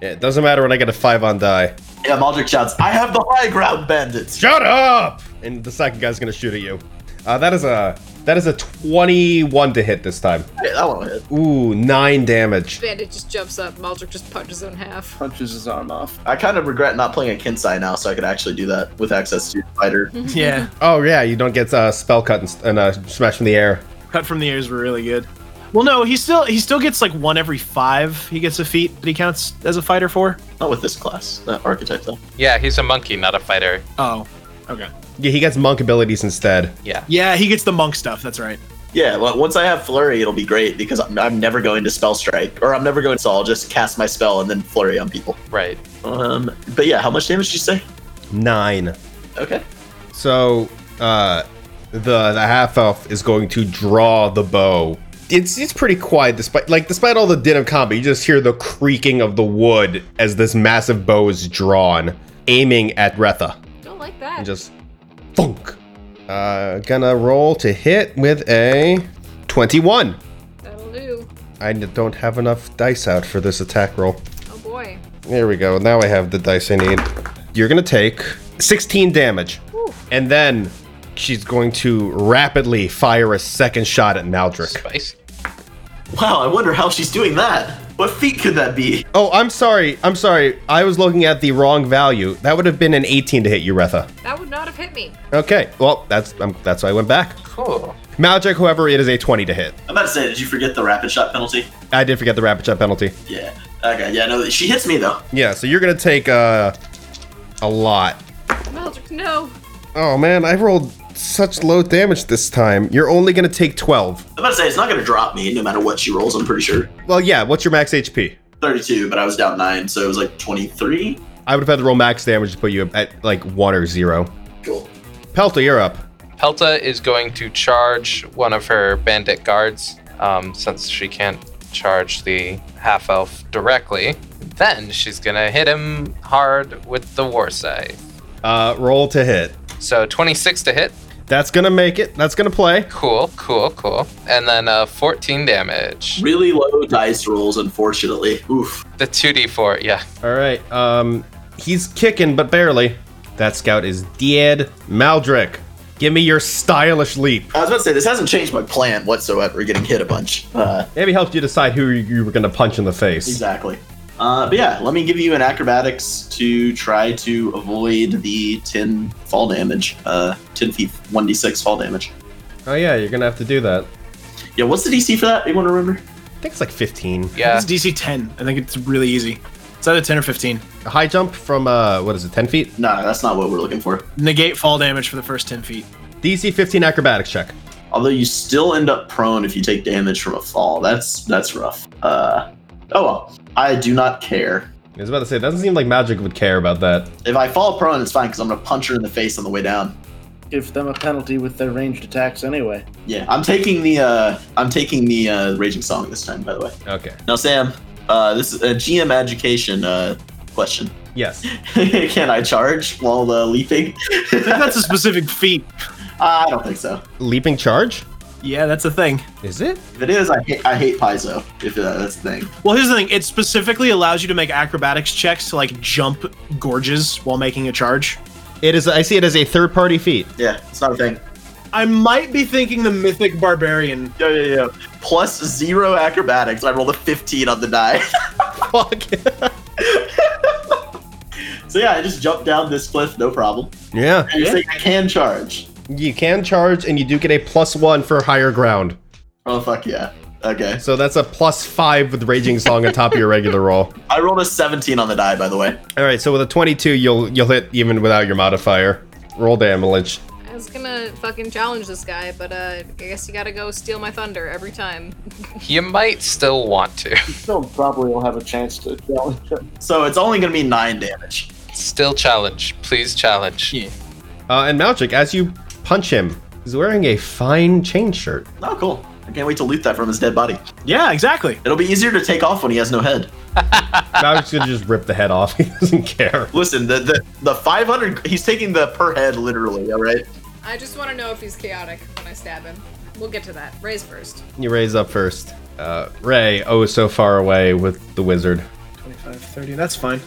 Speaker 5: It doesn't matter when I get a five on die.
Speaker 2: Yeah, Maldrick shouts, I have the high ground, bandits!
Speaker 5: Shut up! And the second guy's gonna shoot at you. Uh, that is a that is a 21 to hit this time.
Speaker 2: Yeah, that one hit.
Speaker 5: Ooh, nine damage.
Speaker 7: Bandit just jumps up. Maldrick just punches him in half.
Speaker 6: Punches his arm off.
Speaker 2: I kind of regret not playing a Kinsai now so I could actually do that with access to fighter.
Speaker 3: Yeah.
Speaker 5: Oh yeah, you don't get uh, spell cut and, and uh, smash from the air.
Speaker 3: Cut from the ears were really good. Well, no, he still he still gets like one every five. He gets a feat that he counts as a fighter for.
Speaker 2: not with this class, not architect though.
Speaker 4: Yeah, he's a monkey, not a fighter.
Speaker 3: Oh, okay.
Speaker 5: Yeah, he gets monk abilities instead.
Speaker 4: Yeah.
Speaker 3: Yeah, he gets the monk stuff. That's right.
Speaker 2: Yeah, well, once I have flurry, it'll be great because I'm, I'm never going to spell strike, or I'm never going to. So I'll just cast my spell and then flurry on people.
Speaker 4: Right.
Speaker 2: Um, but yeah, how much damage did you say?
Speaker 5: Nine.
Speaker 2: Okay,
Speaker 5: So uh, the the half elf is going to draw the bow. It's it's pretty quiet despite like despite all the din of combat. You just hear the creaking of the wood as this massive bow is drawn, aiming at Retha.
Speaker 7: Don't like that.
Speaker 5: and just thunk. Uh, gonna roll to hit with a 21.
Speaker 7: That'll do.
Speaker 5: I n- don't have enough dice out for this attack roll.
Speaker 7: Oh boy.
Speaker 5: There we go. Now I have the dice I need. You're gonna take 16 damage, and then she's going to rapidly fire a second shot at Maldrick.
Speaker 4: Spicy.
Speaker 2: wow, I wonder how she's doing that. What feat could that be?
Speaker 5: Oh, I'm sorry. I'm sorry. I was looking at the wrong value. That would have been an 18 to hit you, Retha.
Speaker 7: That would not have hit me.
Speaker 5: Okay. Well, that's um, that's why I went back.
Speaker 4: Cool.
Speaker 5: Maldrick, however, it is a 20 to hit.
Speaker 2: I'm about to say, did you forget the rapid shot penalty?
Speaker 5: I did forget the rapid shot penalty.
Speaker 2: Yeah. Okay. Yeah. No, she hits me though.
Speaker 5: Yeah, so you're gonna take uh, a lot.
Speaker 7: Maldrick, no.
Speaker 5: Oh man, I rolled such low damage this time. You're only gonna take 12.
Speaker 2: I'm about to say it's not going to drop me no matter what she rolls. I'm pretty sure.
Speaker 5: Well, yeah. What's your max HP?
Speaker 2: 32, but I was down nine, so it was like 23.
Speaker 5: I would have had to roll max damage to put you at like one or zero.
Speaker 2: Cool.
Speaker 5: Pelta, you're up.
Speaker 4: Pelta is going to charge one of her bandit guards um, since she can't charge the half elf directly. Then she's going to hit him hard with the war scythe.
Speaker 5: Uh, roll to hit.
Speaker 4: So 26 to hit.
Speaker 5: That's gonna make it. That's gonna play.
Speaker 4: Cool, cool, cool. And then uh, 14 damage.
Speaker 2: Really low dice rolls, unfortunately. Oof.
Speaker 4: The 2d4, yeah.
Speaker 5: All right. Um, he's kicking, but barely. That scout is dead. Maldrick, give me your stylish leap.
Speaker 2: I was about to say this hasn't changed my plan whatsoever. Getting hit a bunch. Uh,
Speaker 5: Maybe helped you decide who you you were gonna punch in the face.
Speaker 2: Exactly. Uh, but yeah, let me give you an acrobatics to try to avoid the 10 fall damage. Uh, 10 feet, 1d6 fall damage.
Speaker 5: Oh yeah, you're gonna have to do that.
Speaker 2: Yeah, what's the DC for that? Anyone remember?
Speaker 5: I think it's like 15.
Speaker 4: Yeah.
Speaker 3: It's DC 10. I think it's really easy. It's either 10 or 15.
Speaker 5: A high jump from uh what is it 10 feet
Speaker 2: No, that's not what we're looking for.
Speaker 3: Negate fall damage for the first 10 feet.
Speaker 5: dc 15 acrobatics check
Speaker 2: Although you still end up prone if you take damage from a fall. That's that's rough. Uh, oh well, I do not care.
Speaker 5: i was about to say it doesn't seem like magic would care about that
Speaker 2: If I fall prone, it's fine because I'm gonna punch her in the face on the way down.
Speaker 6: Give them a penalty with their ranged attacks anyway.
Speaker 2: Yeah, I'm taking the uh, I'm taking the uh, raging song this time. By the way,
Speaker 5: okay
Speaker 2: now Sam, uh, this is a GM education uh, question.
Speaker 5: yes
Speaker 2: Can I charge while uh, leaping?
Speaker 3: I think that's a specific feat.
Speaker 2: I don't think so.
Speaker 5: leaping charge
Speaker 3: Yeah, that's a thing.
Speaker 5: Is it?
Speaker 2: If it is, I hate, I hate Paizo. If uh, that's the thing.
Speaker 3: Well, here's the thing. It specifically allows you to make acrobatics checks to like jump gorges while making a charge.
Speaker 5: It is. I see it as a third-party feat.
Speaker 2: Yeah, it's not a thing.
Speaker 3: I might be thinking the mythic barbarian.
Speaker 2: Yeah, yeah, yeah. Plus zero acrobatics. I rolled a 15 on the die.
Speaker 5: Fuck.
Speaker 2: so yeah, I just jumped down this cliff, no problem.
Speaker 5: yeah.
Speaker 2: I just think I can charge.
Speaker 5: You can charge, and you do get a plus one for higher ground.
Speaker 2: Oh fuck yeah. Okay.
Speaker 5: So that's a plus five with Raging Song on top of your regular roll.
Speaker 2: I rolled a 17 on the die, by the way.
Speaker 5: All right. So with a twenty-two, you'll you'll hit even without your modifier. Roll damage.
Speaker 7: I was gonna fucking challenge this guy, but uh, I guess you gotta go steal my thunder every time.
Speaker 4: You might still want to.
Speaker 6: Still probably will have a chance to challenge it.
Speaker 2: So it's only gonna be nine damage.
Speaker 4: Still challenge. Please challenge.
Speaker 5: Uh, and Malchik, as you punch him, he's wearing a fine chain shirt.
Speaker 2: Oh cool. I can't wait to loot that from his dead body.
Speaker 3: Yeah, exactly.
Speaker 2: It'll be easier to take off when he has no head.
Speaker 5: Malchik's gonna just rip the head off. He doesn't care.
Speaker 2: Listen, the the, the 500. He's taking the per head literally. All right.
Speaker 7: I just want to know if he's chaotic when I stab him. We'll get to that. Raise first.
Speaker 5: You raise up first. Uh, Ray, oh so far away with the wizard.
Speaker 3: 25, 30, that's fine.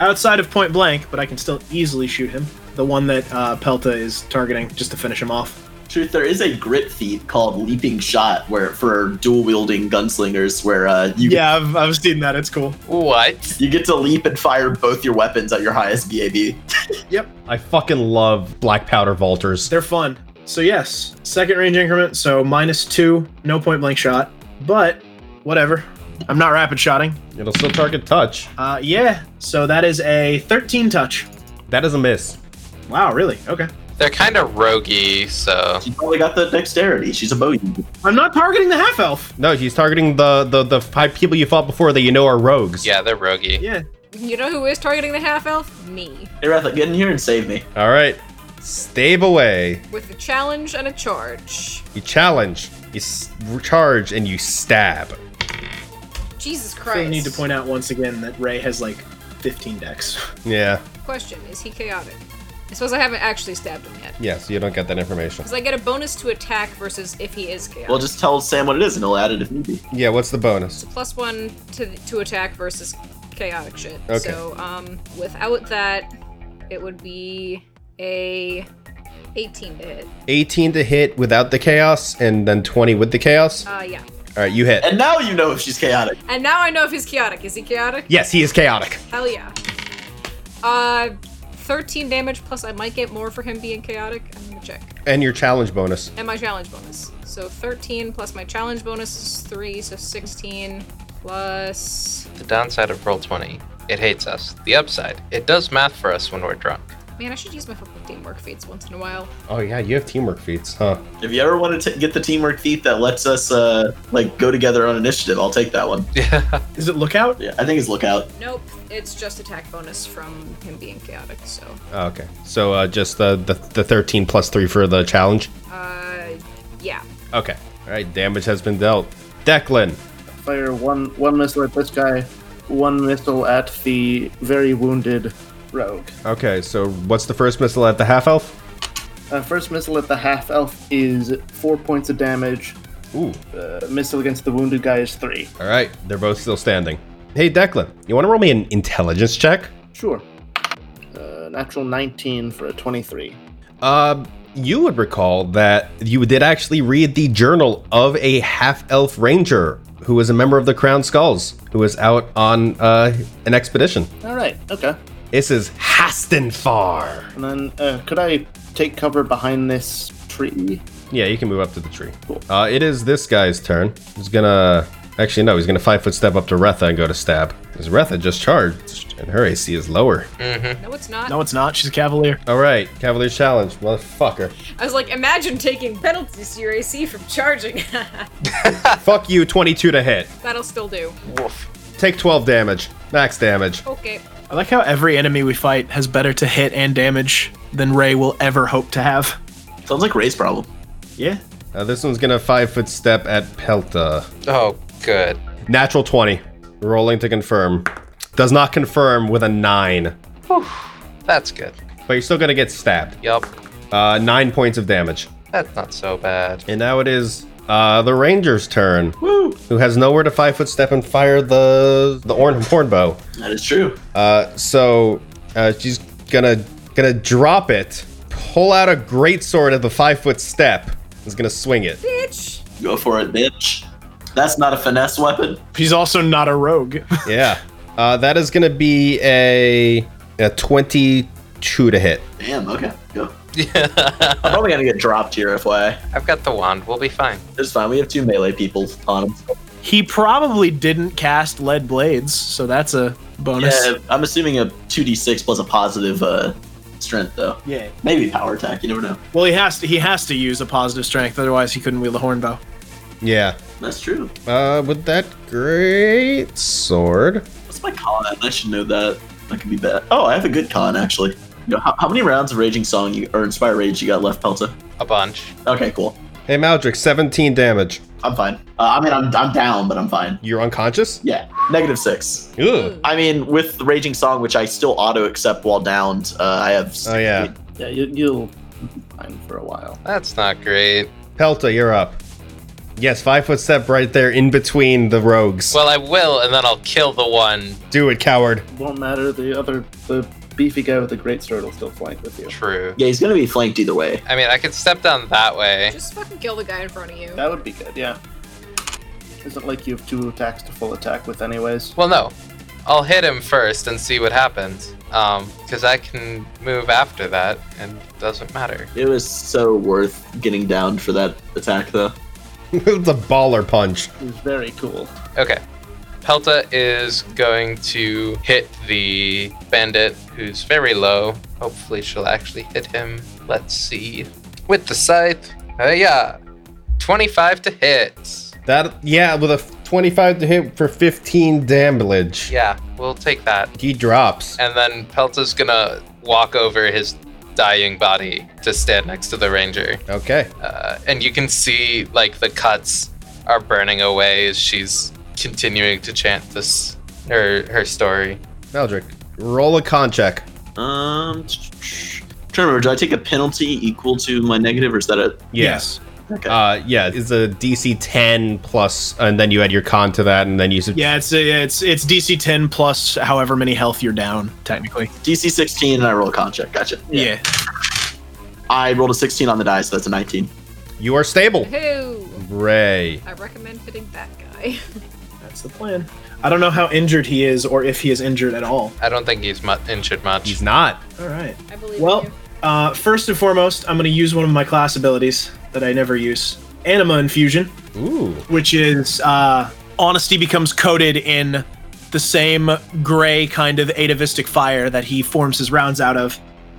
Speaker 3: Outside of point blank, but I can still easily shoot him. The one that uh, Pelta is targeting just to finish him off.
Speaker 2: Truth, there is a grit feat called Leaping Shot, where for dual wielding gunslingers, where uh, you
Speaker 3: Yeah, I've, I've seen that. It's cool.
Speaker 4: What?
Speaker 2: you get to leap and fire both your weapons at your highest BAB.
Speaker 5: I fucking love black powder vaulters.
Speaker 3: They're fun. So, yes, second range increment, so minus two, no point blank shot. But, whatever. I'm not rapid shotting.
Speaker 5: It'll still target touch.
Speaker 3: Uh, yeah, so that is a 13 touch.
Speaker 5: That is a miss.
Speaker 3: Wow, really? Okay.
Speaker 4: They're kind of roguey, so
Speaker 2: She probably got the dexterity. She's a bow user.
Speaker 3: I'm not targeting the half elf.
Speaker 5: No, he's targeting the, the the five people you fought before that you know are rogues.
Speaker 4: yeah, they're roguey.
Speaker 3: Yeah.
Speaker 7: You know who is targeting the half elf? Me.
Speaker 2: Hey, Ratha, get in here and save me.
Speaker 5: All right. Stave away.
Speaker 7: With a challenge and a charge.
Speaker 5: You challenge. You s- charge and you stab.
Speaker 7: Jesus Christ.
Speaker 3: I need to point out once again that Ray has like 15 decks.
Speaker 5: Yeah.
Speaker 7: Question Is he chaotic? I suppose I haven't actually stabbed him yet.
Speaker 5: Yeah. So you don't get that information.
Speaker 7: Because I get a bonus to attack versus if he is chaotic.
Speaker 2: Well, just tell Sam what it is, and he'll add it if need be.
Speaker 5: Yeah. What's the bonus?
Speaker 7: Plus one to to attack versus chaotic shit.
Speaker 5: Okay.
Speaker 7: So um, without that, it would be a 18 to hit.
Speaker 5: 18 to hit without the chaos, and then 20 with the chaos. All
Speaker 7: Uh, yeah.
Speaker 5: right. You hit.
Speaker 2: And now you know if she's chaotic.
Speaker 7: And now I know if he's chaotic. Is he chaotic?
Speaker 5: Yes, he is chaotic.
Speaker 7: Hell yeah. Uh, 13 damage plus I might get more for him being chaotic. I'm gonna check.
Speaker 5: And your challenge bonus.
Speaker 7: And my challenge bonus. So 13 plus my challenge bonus is 3, so 16 plus.
Speaker 4: The downside of roll twenty, it hates us. The upside, it does math for us when we're drunk.
Speaker 7: Man, I should use my fucking teamwork feats once in a while.
Speaker 5: Oh yeah, you have teamwork feats, huh?
Speaker 2: If you ever want to t- get the teamwork feat that lets us uh, like go together on initiative, I'll take that one.
Speaker 4: Yeah.
Speaker 3: Is it lookout?
Speaker 2: Yeah, I think it's lookout.
Speaker 7: Nope, it's just attack bonus from him being chaotic, so.
Speaker 5: Oh, okay. So uh, just the, the the 13 plus three for the challenge.
Speaker 7: Uh, yeah.
Speaker 5: Okay. All right. Damage has been dealt. Declan.
Speaker 6: Fire one one missile at this guy, one missile at the very wounded rogue.
Speaker 5: Okay. So what's the first missile at the half elf?
Speaker 6: Uh, first missile at the half elf is four points of damage.
Speaker 5: Ooh.
Speaker 6: Uh, missile against the wounded guy is three.
Speaker 5: All right. They're both still standing. Hey, Declan. You want to roll me an intelligence check?
Speaker 6: Sure. Uh, natural 19 for a 23.
Speaker 5: Uh, you would recall that you did actually read the journal of a half elf ranger who was a member of the Crown Skulls, who was out on uh, an expedition.
Speaker 6: All right. Okay.
Speaker 5: This is Hastenfar.
Speaker 6: And then uh, could I take cover behind this tree?
Speaker 5: Yeah, you can move up to the tree. Uh, it is this guy's turn. He's gonna. Actually, no, he's gonna five foot step up to Retha and go to stab. Because Retha just charged, and her AC is lower.
Speaker 7: No, it's not.
Speaker 3: No, it's not. She's a cavalier.
Speaker 5: All right, Cavalier Challenge, motherfucker.
Speaker 7: I was like, imagine taking penalties to your AC from charging.
Speaker 5: Fuck you, 22 to hit.
Speaker 7: That'll still do.
Speaker 5: Take 12 damage, max damage.
Speaker 7: Okay.
Speaker 3: I like how every enemy we fight has better to hit and damage than Ray will ever hope to have.
Speaker 2: Sounds like Ray's problem.
Speaker 3: Yeah.
Speaker 5: Uh, this one's gonna five foot step at Pelta.
Speaker 4: Oh, good.
Speaker 5: Natural 20. Rolling to confirm. Does not confirm with a 9.
Speaker 4: That's good.
Speaker 5: But you're still gonna get stabbed.
Speaker 4: Yup.
Speaker 5: Uh, 9 points of damage.
Speaker 4: That's not so bad.
Speaker 5: And now it is uh, the ranger's turn,
Speaker 2: Woo!
Speaker 5: who has nowhere to five foot step and fire the the orn horn bow.
Speaker 2: That is true.
Speaker 5: Uh, so uh, she's gonna gonna drop it, pull out a great sword at the five foot step. Is gonna swing it.
Speaker 1: Bitch.
Speaker 2: Go for it, bitch. That's not a finesse weapon.
Speaker 3: He's also not a rogue.
Speaker 5: Yeah, uh, that is gonna be a a twenty two to hit.
Speaker 2: Damn, okay, go. I'm probably gonna get dropped here, FYI.
Speaker 4: I've got the wand. We'll be fine.
Speaker 2: It's fine. We have two melee people on him.
Speaker 3: he probably didn't cast lead blades, so that's a bonus.
Speaker 2: Yeah, I'm assuming a 2d6 plus a positive uh, strength, though.
Speaker 3: yeah.
Speaker 2: Maybe power attack. You never know.
Speaker 3: Well, he has to. He has to use a positive strength, otherwise he couldn't wield a horn bow.
Speaker 5: Yeah.
Speaker 2: That's true.
Speaker 5: Uh, with that great sword,
Speaker 2: What's my con? I should know that. That could be bad. Oh, I have a good con actually. You know, how, how many rounds of Raging Song you, or Inspire Rage you got left, Pelta?
Speaker 4: A bunch.
Speaker 2: Okay, cool.
Speaker 5: hey Maldrick, seventeen damage.
Speaker 2: I'm fine. Uh, I mean, I'm, I'm down, but I'm fine.
Speaker 5: You're unconscious.
Speaker 2: Yeah, negative six.
Speaker 5: Ugh.
Speaker 2: I mean, with Raging Song, which I still auto accept while downed, uh, I have.
Speaker 5: Oh yeah,
Speaker 6: Yeah, you, you'll be fine for a while.
Speaker 4: That's not great.
Speaker 5: Pelta, you're up. Yes, five foot step right there in between the rogues.
Speaker 4: Well, I will, and then I'll kill the one.
Speaker 5: Do it, coward.
Speaker 6: Won't matter. The other, the beefy guy with the great sword will still flank with you.
Speaker 4: True.
Speaker 2: Yeah, he's gonna be flanked either way.
Speaker 4: I mean, I could step down that way.
Speaker 7: Just fucking kill the guy in front of you.
Speaker 6: That would be good. Yeah. Isn't like you have two attacks to full attack with, anyways.
Speaker 4: Well, no. I'll hit him first and see what happens. Um, because I can move after that, and it doesn't matter.
Speaker 2: It was so worth getting downed for that attack, though.
Speaker 5: the baller punch.
Speaker 6: It was very cool.
Speaker 4: Okay. Pelta is going to hit the bandit who's very low. Hopefully, she'll actually hit him. Let's see. With the scythe. Uh, yeah. 25 to hit.
Speaker 5: That yeah, with a 25 to hit for 15 damage.
Speaker 4: Yeah, Uh, we'll take that.
Speaker 5: He drops.
Speaker 4: And then Pelta's gonna walk over his dying body to stand next to the ranger.
Speaker 5: Okay.
Speaker 4: Uh, and you can see, like, the cuts are burning away as she's continuing to chant this, her, her story.
Speaker 5: Meldrick, roll a con check.
Speaker 2: Um, trying to remember, do I take a penalty equal to my negative, or is that a
Speaker 5: Yes.
Speaker 2: okay?
Speaker 5: Uh yeah, it's a DC 10 plus and then you add your con to that and then you sub-
Speaker 3: Yeah, it's yeah, it's it's DC 10 plus however many health you're down technically.
Speaker 2: DC 16, and I roll a con check. Gotcha.
Speaker 3: Yeah.
Speaker 2: I rolled a 16 on the die, so that's a 19.
Speaker 5: you are stable.
Speaker 7: Who?
Speaker 5: Ray.
Speaker 7: I recommend hitting that guy.
Speaker 3: that's the plan. I don't know how injured he is or if he is injured at all.
Speaker 4: I don't think he's mu- injured much.
Speaker 5: He's not.
Speaker 3: All right.
Speaker 7: I believe in
Speaker 3: Well,
Speaker 7: you.
Speaker 3: uh, first and foremost, I'm going to use one of my class abilities that I never use, Anima Infusion,
Speaker 5: Ooh.
Speaker 3: which is uh, honesty becomes coated in the same gray kind of atavistic fire that he forms his rounds out of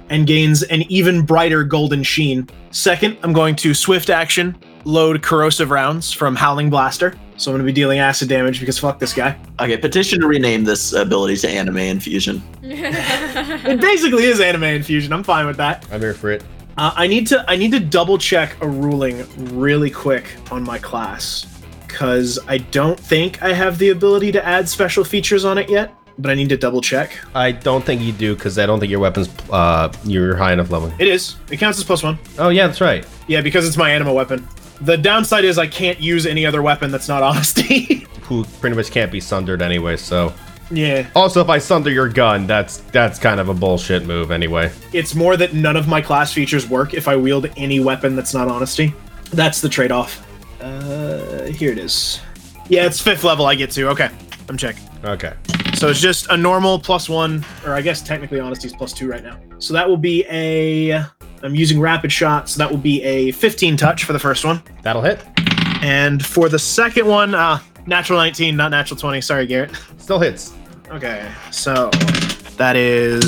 Speaker 3: and gains an even brighter golden sheen. Second, I'm going to swift action load corrosive rounds from Howling Blaster. So I'm going to be dealing acid damage because fuck this guy.
Speaker 2: Okay, petition to rename this ability to anime infusion.
Speaker 3: It basically is anime infusion. I'm fine with that.
Speaker 5: I'm here for it.
Speaker 3: Uh, I need to I need to double check a ruling really quick on my class because I don't think I have the ability to add special features on it yet. But I need to double check.
Speaker 5: I don't think you do cuz I don't think your weapons uh you're high enough level.
Speaker 3: It is. It counts as plus one.
Speaker 5: Oh yeah, that's right.
Speaker 3: Yeah, because it's my animal weapon. The downside is I can't use any other weapon that's not honesty.
Speaker 5: Who pretty much can't be sundered anyway, so
Speaker 3: yeah.
Speaker 5: also if I sunder your gun, that's that's kind of a bullshit move anyway.
Speaker 3: It's more that none of my class features work if I wield any weapon that's not honesty. That's the trade-off. Uh, here it is. Yeah, it's fifth level I get to. Okay, I'm checking.
Speaker 5: Okay.
Speaker 3: So it's just a normal plus one, or I guess technically honesty's plus two right now. So that will be a. I'm using rapid shot, so that will be a 15 touch for the first one,
Speaker 5: That'll hit.
Speaker 3: and for the second one, uh, natural 19, not natural 20. Sorry, Garrett.
Speaker 5: Still hits.
Speaker 3: Okay, so that is.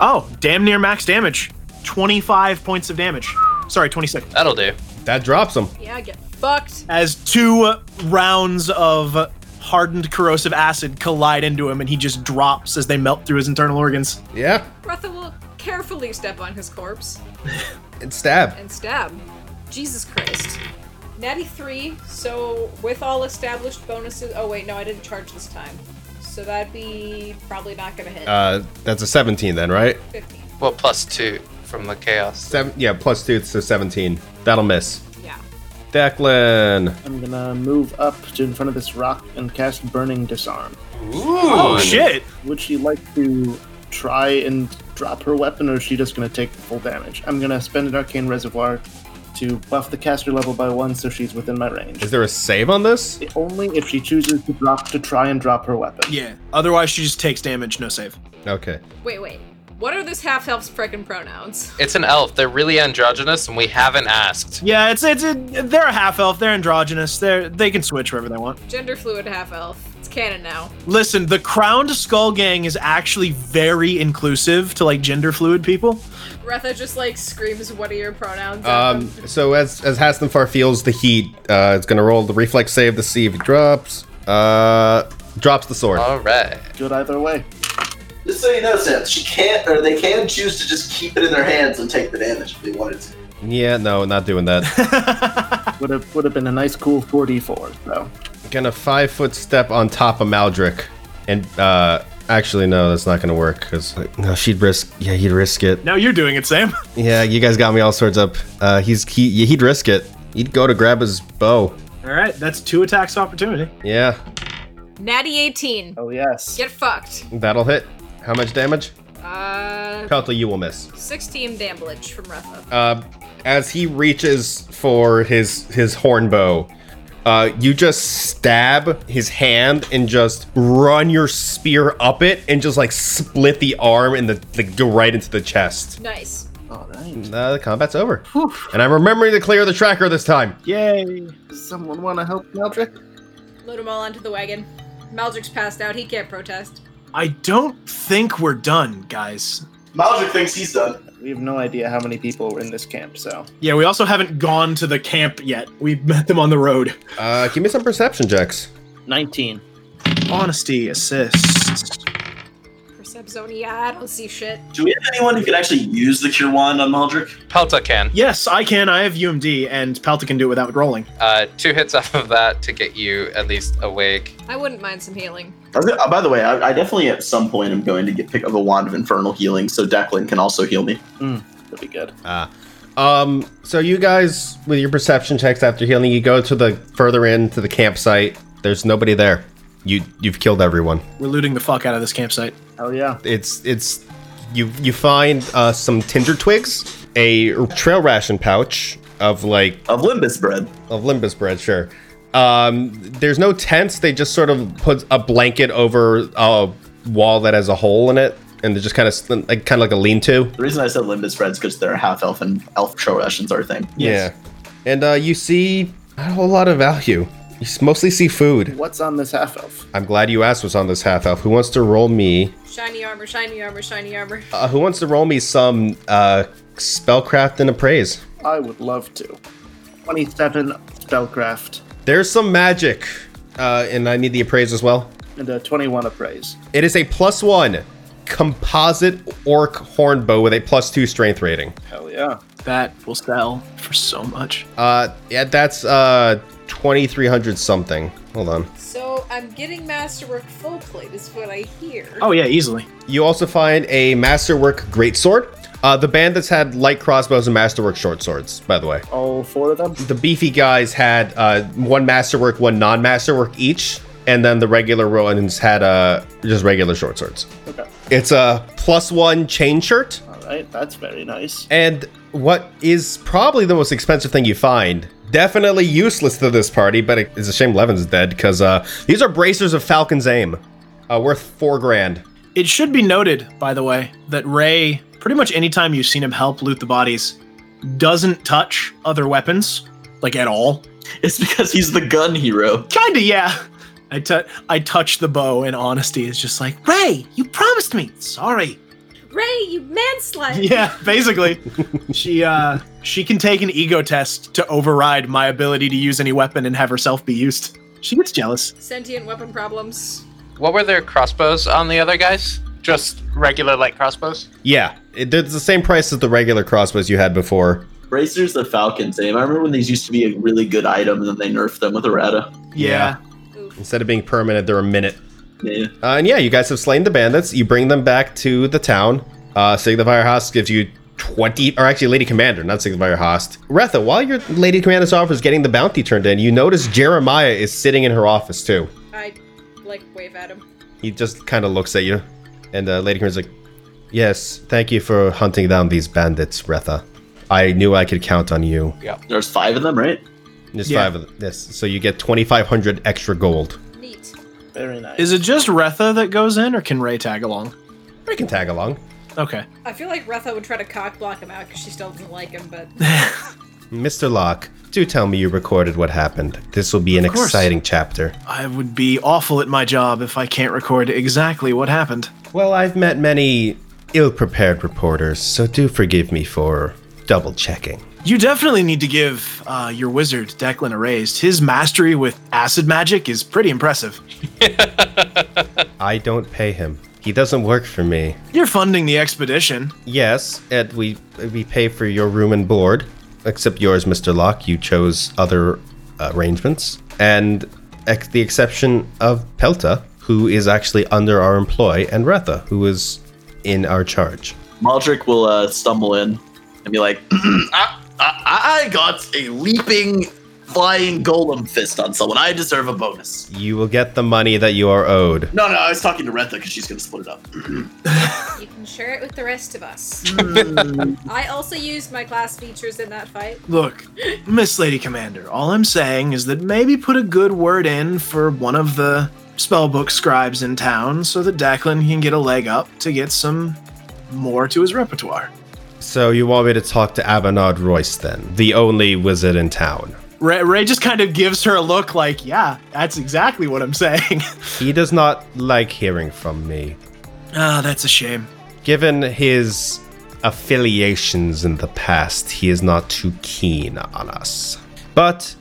Speaker 3: Oh, damn near max damage. 25 points of damage. Sorry, 26.
Speaker 4: That'll do.
Speaker 5: That drops him.
Speaker 7: yeah, get fucked.
Speaker 3: As two rounds of hardened corrosive acid collide into him, and he just drops as they melt through his internal organs.
Speaker 5: Yeah.
Speaker 7: Rutha will carefully step on his corpse
Speaker 5: It's stab.
Speaker 7: and stab. Jesus Christ. Natty 3, so with all established bonuses. Oh, wait, no, I didn't charge this time. So that'd be probably not gonna hit.
Speaker 5: Uh, that's a 17 then, right?
Speaker 7: 15.
Speaker 4: Well, plus two. from the chaos.
Speaker 5: Seven, yeah, plus two, so 17. That'll miss.
Speaker 7: Yeah.
Speaker 5: Declan.
Speaker 6: I'm gonna move up to in front of this rock and cast Burning Disarm.
Speaker 3: Oh shit!
Speaker 6: Would she like to try and drop her weapon, or is she just gonna take full damage? I'm gonna spend an Arcane Reservoir to buff the caster level by one, so she's within my range.
Speaker 5: Is there a save on this?
Speaker 6: Only if she chooses to drop to try and drop her weapon.
Speaker 3: Yeah. Otherwise, she just takes damage, no save.
Speaker 5: Okay.
Speaker 7: Wait, wait. What are this half elf's frickin' pronouns?
Speaker 4: It's an elf. They're really androgynous, and we haven't asked.
Speaker 3: Yeah, it's it's they're a half elf. They're androgynous. They they can switch wherever they want.
Speaker 7: Gender fluid half elf. It's canon now.
Speaker 3: Listen, the Crowned Skull Gang is actually very inclusive to like gender fluid people.
Speaker 7: Retha just like screams, What are your pronouns? at
Speaker 5: Um,
Speaker 7: them.
Speaker 5: so as as Hasnamfar feels the heat, uh, it's gonna roll the reflex save to see if he drops. Uh, drops the sword.
Speaker 4: All right.
Speaker 6: Good either way.
Speaker 2: Just so you know, Seth, she can't or they can choose to just keep it in their hands and take the damage if they wanted to.
Speaker 5: Yeah, no, not doing that.
Speaker 6: Would have would have been a nice cool 4d4 though.
Speaker 5: gonna five foot step on top of Maldric, and uh, actually no, that's not gonna work because no, she'd risk. Yeah, he'd risk it.
Speaker 3: Now you're doing it, Sam.
Speaker 5: Yeah, you guys got me all sorts up. Uh, he's he yeah, he'd risk it. He'd go to grab his bow.
Speaker 3: All right, that's two attacks opportunity.
Speaker 5: Yeah,
Speaker 7: Natty 18.
Speaker 6: Oh yes.
Speaker 7: Get fucked.
Speaker 5: that'll hit. How much damage?
Speaker 7: Uh,
Speaker 5: Pelta, you will miss.
Speaker 7: 16 damage from Retha.
Speaker 5: Uh, as he reaches for his his horn bow, uh, you just stab his hand and just run your spear up it and just like split the arm and the, the go right into the chest.
Speaker 7: Nice.
Speaker 6: All right.
Speaker 5: Uh, the combat's over. And I'm remembering to clear the tracker this time.
Speaker 3: Yay!
Speaker 6: Does someone want to help Meldrick?
Speaker 7: Load them all onto the wagon. Maldrick's passed out. He can't protest.
Speaker 3: I don't think we're done, guys.
Speaker 2: Maldrick thinks he's done.
Speaker 6: We have no idea how many people were in this camp, so
Speaker 3: Yeah, we also haven't gone to the camp yet. We met them on the road.
Speaker 5: Uh, give me some perception checks.
Speaker 6: 19.
Speaker 3: Honesty assist.
Speaker 7: Percepzonia, I don't see shit.
Speaker 2: Do we have anyone who can actually use the cure wand on Maldrick?
Speaker 4: Pelta can.
Speaker 3: Yes, I can. I have UMD, and Pelta can do it without rolling.
Speaker 4: Uh, two hits off of that to get you at least awake.
Speaker 7: I wouldn't mind some healing.
Speaker 2: I was gonna- oh, by the way, I, I definitely at some point am going to get pick up a wand of infernal healing, so Declan can also heal me.
Speaker 6: Hmm, That'd be good.
Speaker 5: Ah. Um, so you guys, with your perception checks after healing, you go to the further end to the campsite. There's nobody there. You you've killed everyone.
Speaker 3: We're looting the fuck out of this campsite.
Speaker 6: Hell yeah.
Speaker 5: it's it's you you find uh, some tinder twigs, a trail ration pouch of like
Speaker 2: Of Limbus bread.
Speaker 5: of limbus bread, sure. Um, there's no tents. They just sort of put a blanket over a wall that has a hole in it, and they just kind of like kind of like a lean-to.
Speaker 2: The reason I said Limbus bread is because they're half elf and elf trail rations are a thing.
Speaker 5: Yeah, and uh, you see not a whole lot of value. You s- mostly see food.
Speaker 6: What's on this half elf?
Speaker 5: I'm glad you asked what's on this half elf. Who wants to roll me?
Speaker 7: Shiny armor, shiny armor, shiny armor.
Speaker 5: Uh, who wants to roll me some uh, spellcraft and appraise?
Speaker 6: I would love to. 27 spellcraft
Speaker 5: There's some magic, uh, and I need the appraise as well.
Speaker 6: and a 21 appraise.
Speaker 5: It is a plus one composite orc horn bow with a plus two strength rating.
Speaker 6: Hell yeah.
Speaker 3: That will sell for so much.
Speaker 5: Uh, yeah, that's uh twenty three hundred something. Hold on.
Speaker 7: So I'm getting masterwork full plate, is what I hear.
Speaker 5: Uh.
Speaker 3: Oh yeah, easily.
Speaker 5: You also find a masterwork greatsword. Uh, the band that's had light crossbows and masterwork short swords, by the way.
Speaker 6: All four of them?
Speaker 5: The beefy guys had uh, one masterwork, one non-masterwork each, and then the regular Rowan's had uh, just regular short swords.
Speaker 6: Okay.
Speaker 5: It's a plus one chain shirt.
Speaker 6: All right. That's very nice.
Speaker 5: And what is probably the most expensive thing you find, definitely useless to this party, but it's a shame Levin's dead because uh, these are bracers of Falcon's Aim, uh, worth four grand.
Speaker 3: It should be noted, by the way, that Ray, pretty much anytime you've seen him help loot the bodies, doesn't touch other weapons, like at all.
Speaker 2: It's because he's the gun hero.
Speaker 3: Kinda, yeah. I tou- I touch the bow, and honesty is just like, Ray, you promised me. Sorry.
Speaker 7: Ray, you manslut!
Speaker 3: Yeah, basically, she uh she can take an ego test to override my ability to use any weapon and have herself be used. She gets jealous.
Speaker 7: Sentient weapon problems.
Speaker 4: What were their crossbows on the other guys? Just regular light crossbows?
Speaker 5: Yeah, it, it's the same price as the regular crossbows you had before.
Speaker 2: Bracers the Falcon's aim. I remember when these used to be a really good item and then they nerfed them with errata.
Speaker 5: Yeah.
Speaker 7: Oof.
Speaker 5: Instead of being permanent, they're a minute.
Speaker 2: Yeah.
Speaker 5: Uh, and yeah, you guys have slain the bandits. You bring them back to the town. Uh, Signifier House gives you 20, or actually Lady Commander, not Signifier Host. Retha, while your Lady Commander's office is getting the bounty turned in, you notice Jeremiah is sitting in her office too.
Speaker 7: I like wave at him.
Speaker 5: He just kind of looks at you, and uh, Lady Commander's like, Yes, thank you for hunting down these bandits, Retha. I knew I could count on you.
Speaker 2: There's five of them, right?
Speaker 5: There's
Speaker 3: Yeah.
Speaker 5: five of them. Yes, so you get 2,500 extra gold.
Speaker 7: Neat.
Speaker 6: Very nice.
Speaker 3: Is it just Retha that goes in, or can Ray tag along?
Speaker 5: I can tag along.
Speaker 3: Okay.
Speaker 7: I feel like Retha would try to cock block him out because she still doesn't like him, but
Speaker 5: Mr. Locke, do tell me you recorded what happened. This will be an
Speaker 3: course.
Speaker 5: exciting chapter.
Speaker 3: I would be awful at my job if I can't record exactly what happened.
Speaker 5: Well, I've met many ill prepared reporters, so do forgive me for double checking.
Speaker 3: You definitely need to give uh, your wizard Declan a raise. His mastery with acid magic is pretty impressive.
Speaker 5: I don't pay him. He doesn't work for me.
Speaker 3: You're funding the expedition.
Speaker 5: Yes, and we we pay for your room and board, except yours, Mr. Locke. You chose other arrangements, and ex- the exception of Pelta, who is actually under our employ, and Retha, who is in our charge.
Speaker 2: Maldrick will uh, stumble in and be like, I, I, I got a leaping, flying golem fist on someone. I deserve a bonus.
Speaker 5: You will get the money that you are owed.
Speaker 2: No, no, I was talking to Retha because she's going to split it up.
Speaker 7: you can share it with the rest of us. I also used my class features in that fight.
Speaker 3: Look, Miss Lady Commander, all I'm saying is that maybe put a good word in for one of the spellbook scribes in town so that Declan can get a leg up to get some more to his repertoire.
Speaker 5: So you want me to talk to Avanard Royce then, the only wizard in town?
Speaker 3: Ray, Ray just kind of gives her a look like, yeah, that's exactly what I'm saying.
Speaker 5: He does not like hearing from me,
Speaker 3: Ah, that's a shame.
Speaker 5: given his affiliations in the past. He is not too keen on us. But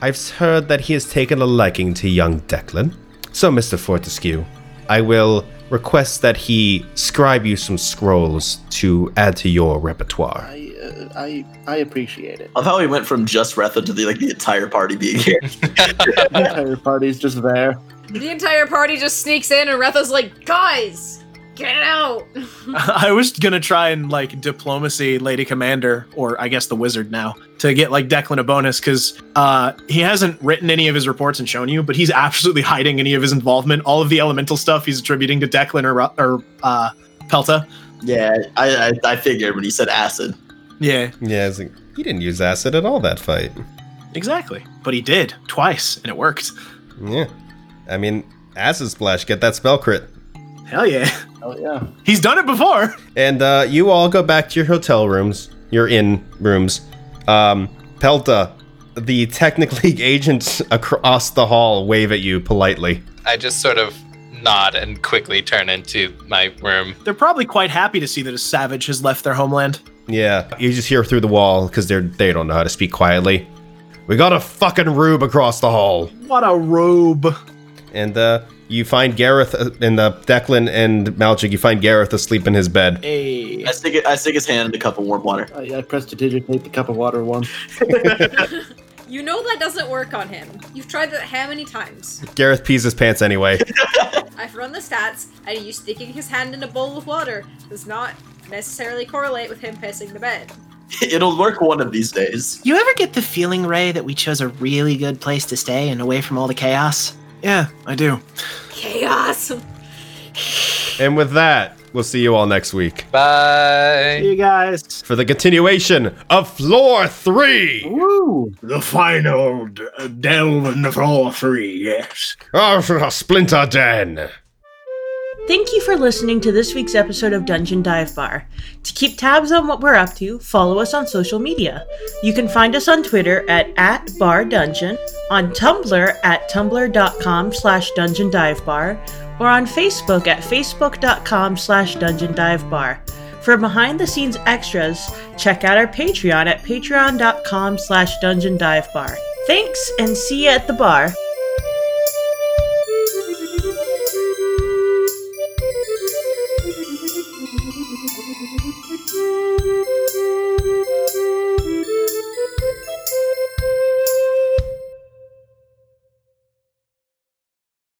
Speaker 5: I've heard that he has taken a liking to young Declan. So, Mr. Fortescue, I will request that he scribe you some scrolls to add to your repertoire.
Speaker 6: I, uh, I I appreciate it.
Speaker 2: I love how he went from just Retha to the like the entire party being here.
Speaker 6: The entire party's just there.
Speaker 7: The entire party just sneaks in, and Retha's like, "Guys, get out!"
Speaker 3: I was gonna try and like diplomacy Lady Commander, or I guess the wizard now, to get like Declan a bonus because uh, he hasn't written any of his reports and shown you, but he's absolutely hiding any of his involvement. All of the elemental stuff he's attributing to Declan or Ru- or uh, Pelta.
Speaker 2: yeah, I, I, I figured when he said acid.
Speaker 3: Yeah,
Speaker 5: Yeah, it's like, he didn't use acid at all that fight.
Speaker 3: exactly. But he did twice, and it worked.
Speaker 5: Yeah. I mean, acid splash, get that spell crit.
Speaker 3: Hell yeah,
Speaker 6: Oh yeah.
Speaker 3: he's done it before.
Speaker 5: And uh, you all go back to your hotel rooms, your inn rooms. Um, Pelta, the Technic League agents across the hall wave at you politely.
Speaker 4: I just sort of nod and quickly turn into my room.
Speaker 3: They're probably quite happy to see that a savage has left their homeland.
Speaker 5: Yeah, you just hear through the wall because they're they don't know how to speak quietly. We got a fucking rube across the hall,
Speaker 3: What a robe!
Speaker 5: and uh, you find Gareth uh, and uh, Declan and Malchik. You find Gareth asleep in his bed.
Speaker 3: Hey,
Speaker 2: I stick it, I stick his hand in a cup of warm water.
Speaker 6: I, I pressed to digitate the cup of water one.
Speaker 7: You know that doesn't work on him. You've tried that how many times?
Speaker 5: Gareth pees his pants anyway.
Speaker 7: I've run the stats, and you sticking his hand in a bowl of water does not necessarily correlate with him pissing the bed.
Speaker 2: It'll work one of these days.
Speaker 8: You ever get the feeling, Ray, that we chose a really good place to stay and away from all the chaos?
Speaker 3: yeah, I do.
Speaker 7: Chaos.
Speaker 5: and with that, we'll see you all next week.
Speaker 4: Bye.
Speaker 3: You guys.
Speaker 5: for the continuation of Floor 3.
Speaker 6: Woo!
Speaker 3: The final d- delve in the floor three, yes.
Speaker 5: Our Ah, Splinter Den.
Speaker 9: Thank you for listening to this week's episode of Dungeon Dive Bar. To keep tabs on what we're up to, follow us on social media. You can find us on Twitter at, at @bardungeon, on Tumblr at tumblr.com slash dungeon dive bar, or on Facebook at facebook.com slash dungeon dive bar. For behind the scenes extras, check out our Patreon at patreon.com slash dungeon dive bar. Thanks and see you at the bar.